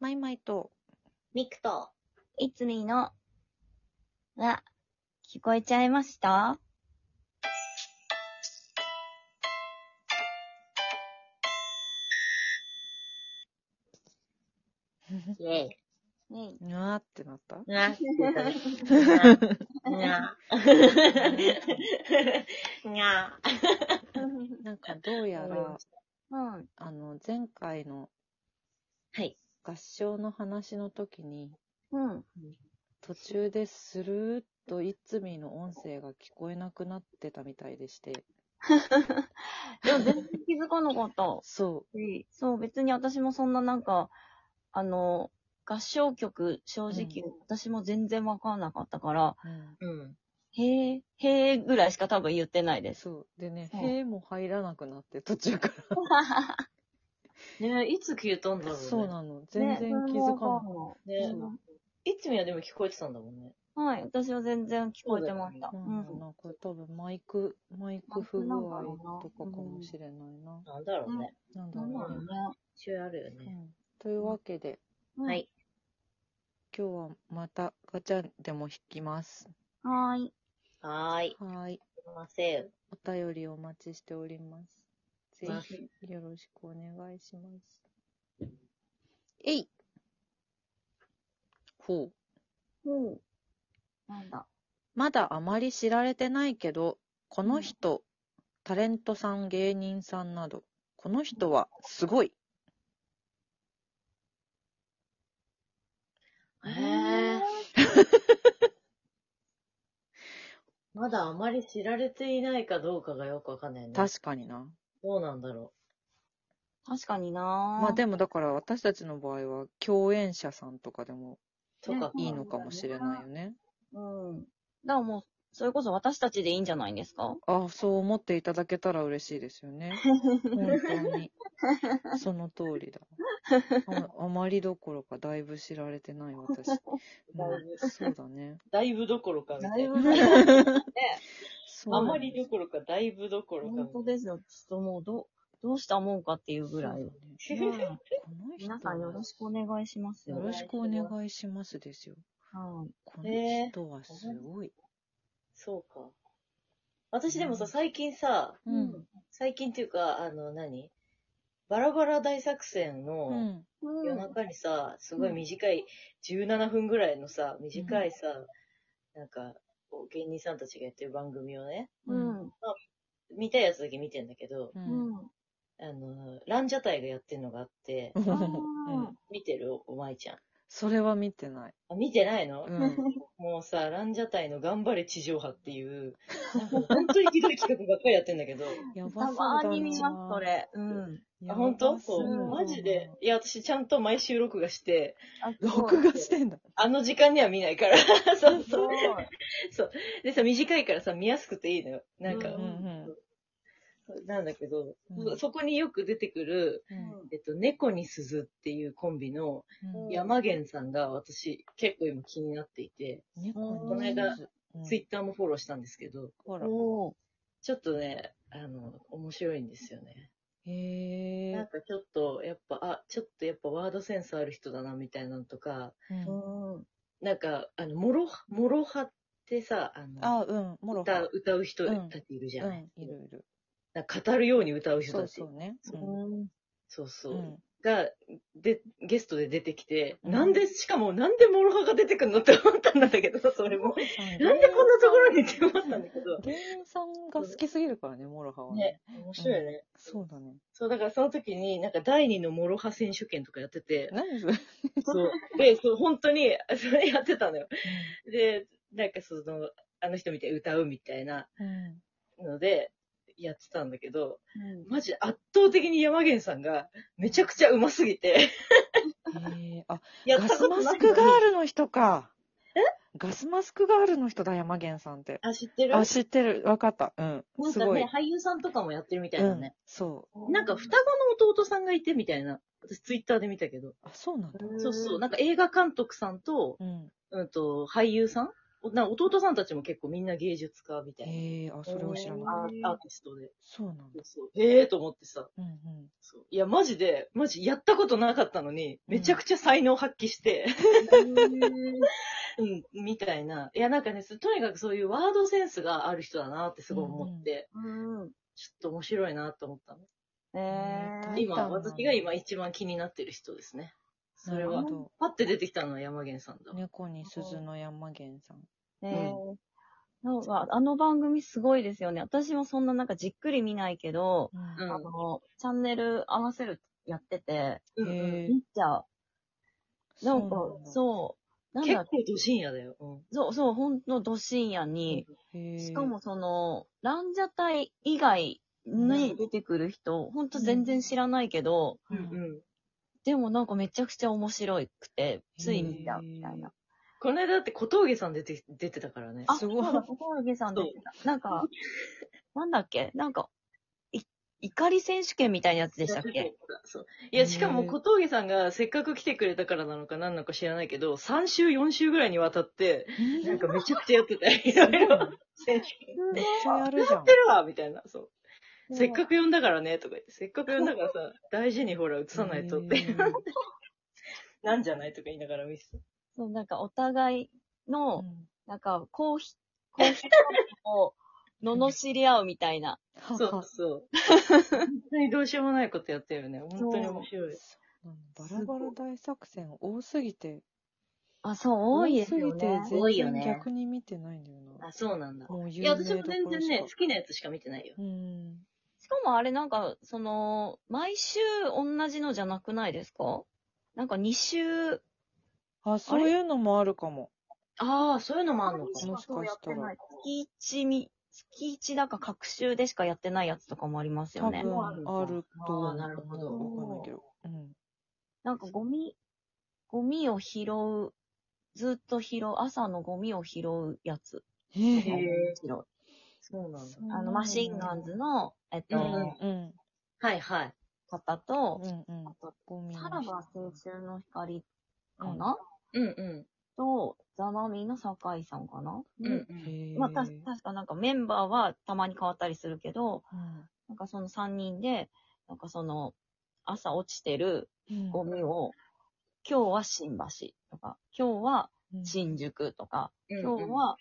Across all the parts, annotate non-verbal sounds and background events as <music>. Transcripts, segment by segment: マイマイと、ミクと、いつみの、は、聞こえちゃいましたイェイ。ねぬわーってなったなって言ったね。ななな <laughs> なんかどうやわかりらまし、うん。あの、前回のはい。合唱の話の時に、うん。途中でするーっといつみの音声が聞こえなくなってたみたいでして、でも全然気づかなかった。そそう、別に私もそんななんか、あの、合唱曲、正直、私も全然わかんなかったから、う、うんうん。へえ、へえぐらいしか多分言ってない <laughs> です。そう。でね、そうへーも入らなくなって、途中かねいつ消えたんだろうら。ね。そうなの。全然気づかなかっねうんいつみはでも聞こえてたんだもんね。た。はい、私は全然聞こえてました。た。ううんん、なんか多分マイク、マイク不具合とかかもしれないな。なんだろうね。なんだなんだろろうねう。ね。一応あるようね。ん、というわけで、うんはい。今日はまたガチャでも引きます。はーい。はーい。はーい。すいません。お便りお待ちしております。ぜまひよろしくお願いします。えいほう。ほう。なんだ。まだあまり知られてないけど、この人、タレントさん、芸人さんなど、この人はすごい。えー。まだあまり知られていないかどうかがよくわかんないね。確かにな。どうなんだろ確かになまあでもだから私たちの場合は共演者さんとかでもう。とかいいのかもしれないよね。うん。だからもう、それこそ私たちでいいんじゃないんですかあそう思っていただけたら嬉しいですよね。本当に。その通りだ。ああまりどころかだいぶ知られてない私。まあ、そうだね。だいぶどころかみたいな。そうあまりどころか、だいぶどころか本当ですよ。ちょっともう、ど、どうしたもんかっていうぐらい。そうだねこの人皆さんよろしくお願いしますよよ。ろしくお願いしますですよ。はい。この人はすごい。 <laughs> そうか。私でもさ、最近さ、ーうん。最近っていうか、あの、何バラバラ大作戦うのん。夜中にさ、すごい短い、17分ぐらいのさ、短いさ、なんか、こう芸人さんたちがやってる番組をね、うん。見たいやつだけ見てんだけう。ど、うんん。あの、ランジャタイがやってるのがあって、うあんー見てるお前ちゃん。それは見てない。あ、見てないの、うん。もうさ、ランジャタイの頑張れ地上波っていう、なんか本当にひどい企画ばっかりやってん <laughs> だけど、やばそたうだな。まに見ます、それ。うん。あ本当そそうう。んマジで。。いや、私ちゃんと毎週録画して、あ、録画してんだ。あの時間には見ない <laughs> から。そうすそう。ごい。でさ、短いからさ、見やすくていいのよ。なんうかん、うんなんだけど、うんそこによく出てくる、うんえっと、猫に鈴っていうコンビのうん。山源さんが私結構今気になっていて、猫にこの間鈴、ツイッターもフォローしたんですけど、ほら。おーちょっとね、あの、面白いんですよね。へなんえ。かちょっと、やっぱ、あ、ちょっとやっぱワードセンスある人だな、みたいなのとか、うんうん。なんか、あの、もろ、もろ派ってさ、あの、あ、うん。もろ歌はう歌う人たちいるじゃうない、ん。いるいる。なんか語るように歌う人そたうち。そうね。ううん。そうそう。んうん。が、で、ゲストで出てきて、うんなんで、しかもなんでモロハが出てくるのって思ったんだけど、それも。なんでこんなところにって思ったんだけど。芸人さんが好きすぎるからね、モロハは。ね、面白いよね。そうだね。そう、だからその時に、なんか第二のモロハ選手権とかやっ <laughs> てて、何それそう。で、そう、本当に、 <laughs> それやってたのよ。で、なんかその、あの人見て歌うみたいなうん。ので、やってたんだけど、うんマジ圧倒的に山源さんがめちゃくちゃうますぎて、 <laughs> えー、あ、やっガたスことマないスのクにガールの人か。えガスマスクガールの人だ、山源さんって。あ、知ってるあ、知ってる。わかった。うんな。んすかごいね、。俳優さんとかもやってるみたいうなんね。、そなんか双子の弟さんがいてみたいな。私ツイッターで見たけど。う。あ、そうなんだ。そうそう。なんか映画監督さんと、うん。うんと、俳優さんおな弟さんたちも結構みんな芸術家みたいな。へえ、あ、それは知らなかっアへーーアーティストで。た。そうなんだ。そうへえと思ってさ。うんうん。そういや、マジで、マジ、やったことなかったのに、うんめちゃくちゃ才能発揮して、うんうん、みたいな。いや、なんかね、そとにかくそういうワードセンスがある人だなってすごい思って、うん。ちょっと面白いなと思ったの。えーー。見今、たな私が今一番気になってる人ですね。そなれるほは、ど。パッて出てきたのは山源さんだ。猫に鈴の山源さん。ねえ。なんか、あの番組すごいですよね。私もそんななんかじっくり見ないけど、ううんあの、チャンネル合わせるやってて、うんん。うんへえ見。ちゃう。なんか、うそう。なん結だ構ど深夜だよ。うんそう、そう、ほんのど深夜に、なんだ。へえ。しかもその、ランジャタイ以外に出てくる人、ほんと全然知らないけど、う、うんんうんでもなんかめちゃくちゃ面白くて、つい見ちゃうみたいな。この間だって小峠さん出て、出てたからね。あ、すごいそうだ、小峠さん出てた。なんか、なんだっけなんか、い、怒り選手権みたいなやつでしたっけそういや、しかも小峠さんがせっかく来てくれたからなのか何なのか知らないけど、3週、4週ぐらいにわたって、なんかめちゃくちゃやって <laughs> た。いろいろ。選手権めっちゃやるじゃんやって。るわみたいな。そう。せっかく呼んだからね、とか言って。せっかく呼んだからさ、大事にほら、映さないとって。へーなんじゃないとか言いながら見せた。そう、なんかお互いの、うんなんか、コーヒー、コーヒーを、罵り合うみたいな。はそはうそう。本当にどうしようもないことやったよね。本当に面白い。バラバラ大作戦多すぎて、あ、そう、多いですよね多。す多ぎいて全然よね逆に見てないんだよな。あ、そうなんだ。もうい有や、名私も全どころ然しね、か好きなやつしか見てないよ。うん。しかもあれなんか、その、毎週同じのじゃなくないですかなんか2週、あ、そういうのもあるかも。ああ、そういうのもあんのか。もしかしたら月1み、月1だか各週でしかやってないやつとかもありますよ多ね。分あるのかあると思う。あーなるほどわかんないけど。うん。なんかゴミ、ゴミを拾う、ずっと拾う、朝のゴミを拾うやつ。へへえ。え拾うそうなんだ。あの、マシンガンズの、えっうと、んうん。はいはい。方うと、んうんあ。と、ゴミのさらば青春の光かな、うんうと、ザ・マミィの酒井さんかな、ん。うんう。うんん。へえ。まあ、た、確かなんかメンバーはたまに変わったりするけど、うなんかその3人で、なんかその、朝落ちてるん。ゴミを、今日は新橋とか、今日はうん新宿とか、うん今日、は、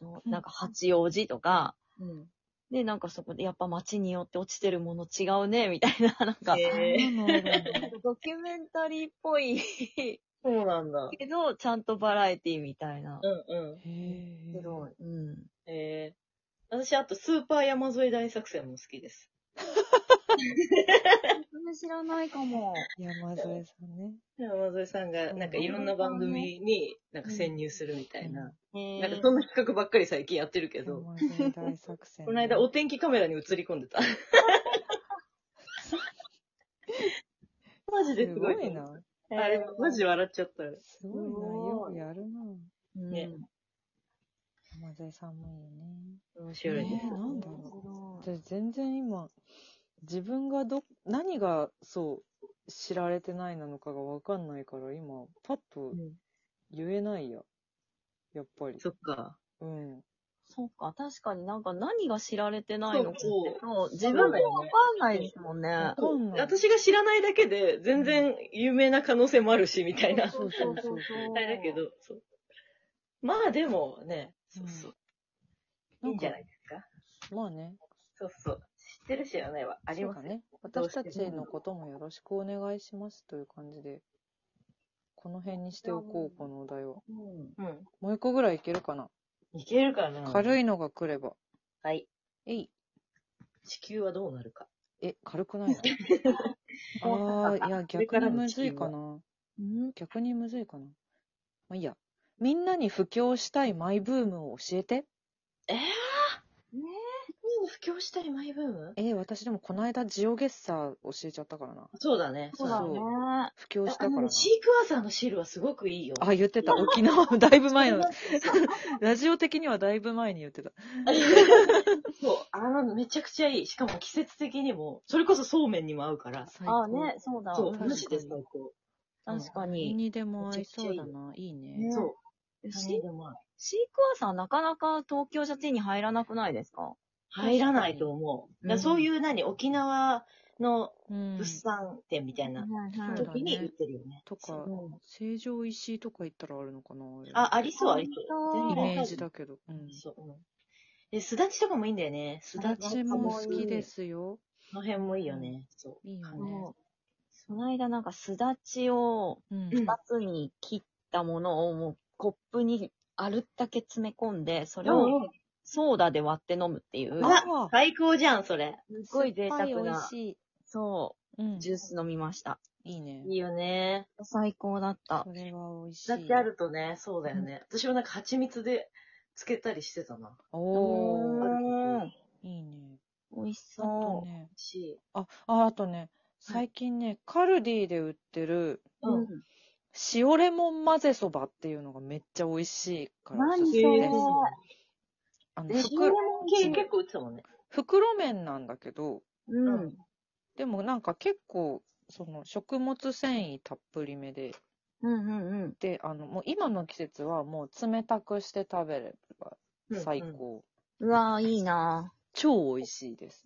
とうんなんか八王子とか、うん。で、なんかそこでやっぱ街によって落ちてるもの違うね、みたいな、なんか、へえそんなのあるんだドキュメンタリーっぽいそうなんだ。けど、ちゃんとバラエティみたいな。うんうん。へえ。白い。うん。ええ私、あと、スーパー山添大作戦も好きです。全然知らないかも。山添さんね。山添さんが、なんかいろんな番組に、なんか潜入するみたいな。へーなんかそんな企画ばっかり最近やってるけど、山添大作戦。この間お天気カメラに映り込んでた。 <laughs> マジですすごごい。いな。あれ、マジ笑っちゃった。すごいな。よくやるな。ねうん山添さんもいいね。面白いねねえ。なんだろう面白い私全然今、自分がど、何がそう、知られてないなのかがわかんないから、今、パッとうん言えないや。やっぱり。そっか。うん。そうか、確かになんか何が知られてないのかっていうのそをう自分もわかんないですもんねわ。かんない。私が知らないだけで、全然有名な可能性もあるし、みたいな。そうそうそうそうあれだけ。ど、そう。まあでもね、そうそうう。んいいんじゃないですか。まあね。そうそう。知ってる知らないはありそうまだすね。どう私してたちものこともよろしくお願いしますという感じで、この辺にしておこう、このお題は。うんうん。もう一個ぐらいいけるかな。いけるかな軽い。いのが来れば。はい。えい。地球はどうなるか。え、軽く <laughs> ないのああ、いや、こ逆れかにらのむ地球ずはいかな。うん。逆にむずいかな。まあいいや。みんなに布教したいマイブームを教えて。えぇ、ー、ね不況したりマイブームえー、私でもこの間ジオゲッサー教えちゃったからな。そうだね。そうだそうね。布教したあからのなね、。シークワーサーのシールはすごくいいよ。あ、言って <laughs> た。沖縄、だいぶ前の。 <laughs> ラジオ的にはだいぶ前に言ってた。そう。あの、めちゃくちゃいい。しかも季節的にも、それこそそうめんにも合うから。最高あね、そうだ。そう、確かマにジで最高。確か何に。にでも合いそうだな。いいね。ねそう。シーでもシークワーサーなかなか東京じゃ手に入らなくないですか入らないと思う。だからそういう何、沖縄のうん物産展みたいなうんそうだ時ねに売ってるよね。とかうん成城石井とか行ったらあるのかなれあ、ありそう、ありそう。イ本当メージだけど。うん。そう。うんえ、すだちとかもいいんだよね。すだち。私も好きですすよ。この辺もいいよね。そいいようね。そうその間なんかすだちをうん。うん。2つに切ったものをもうコップにあるだけ詰め込んで、そうれをソーダで割って飲むっていう、うわあ最高じゃん、それ。すごい贅沢酸っぱい美な味、しい。そうんう、。ジュース飲みました。いいね。いいよね。最高だった。それは美味しい。だってあ。るとね、そうだよね。私はなんか蜂蜜でつけたりしてたな。おー。うーんいいね。美味しあとそね。し、あ、ああとね。最近ね、カルディで売ってるう。うん塩レモン混ぜそばっていうのがめっちゃ美味しいからおすす何めそれでえす。ーあのえ、シナ袋モン系結構売ってたもんね。袋麺なんだけど、うん。ううんん。でもなんか結構、その食物繊維たっぷりめで、うんうんうん。で、あの、もう今の季節はもう冷たくして食べれば最高。うんうわぁ、いいな超美味しいです。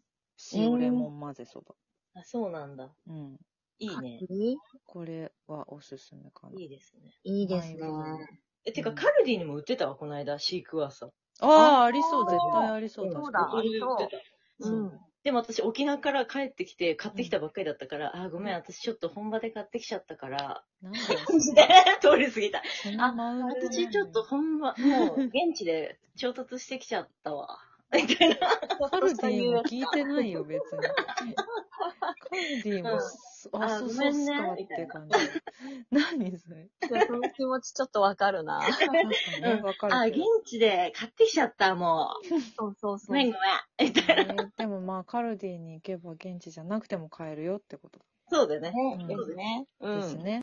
塩レモン混ぜそば。あ、そうなんだ。うん。いいぁ。ね。いこれはおすすめかな。いいですね。いいですね。え、てか、カルディにも売ってたわ、この間、シークワーサー。ああ、ありそう、絶対ありそう、そう確だか売ってた。。そううんでも私、沖縄から帰ってきて、買ってきたばっかりだったから、あー、ごめん、私ちょっと本場で買ってきちゃったから、に。なんだ <laughs> 通り過ぎた。そんなマウント私ちょっと本場、もう、現地で調達してきちゃったわ。みたいな。カルディも聞いてないよ、別に。カルディうもあ、ん、あそう、ごそめうんすねかっみたてい感じ。何そ <laughs> れ。その気持ちちょっとわかるな確かにね、わかあー、るけ現ど。地で買ってきちゃった、もう。そうそうそごう。めん、ごめん。みたいな。ねでもまあ、カルディに行けば現地じゃなくても買えるよってことそうだね。うんですね。うですん。ね。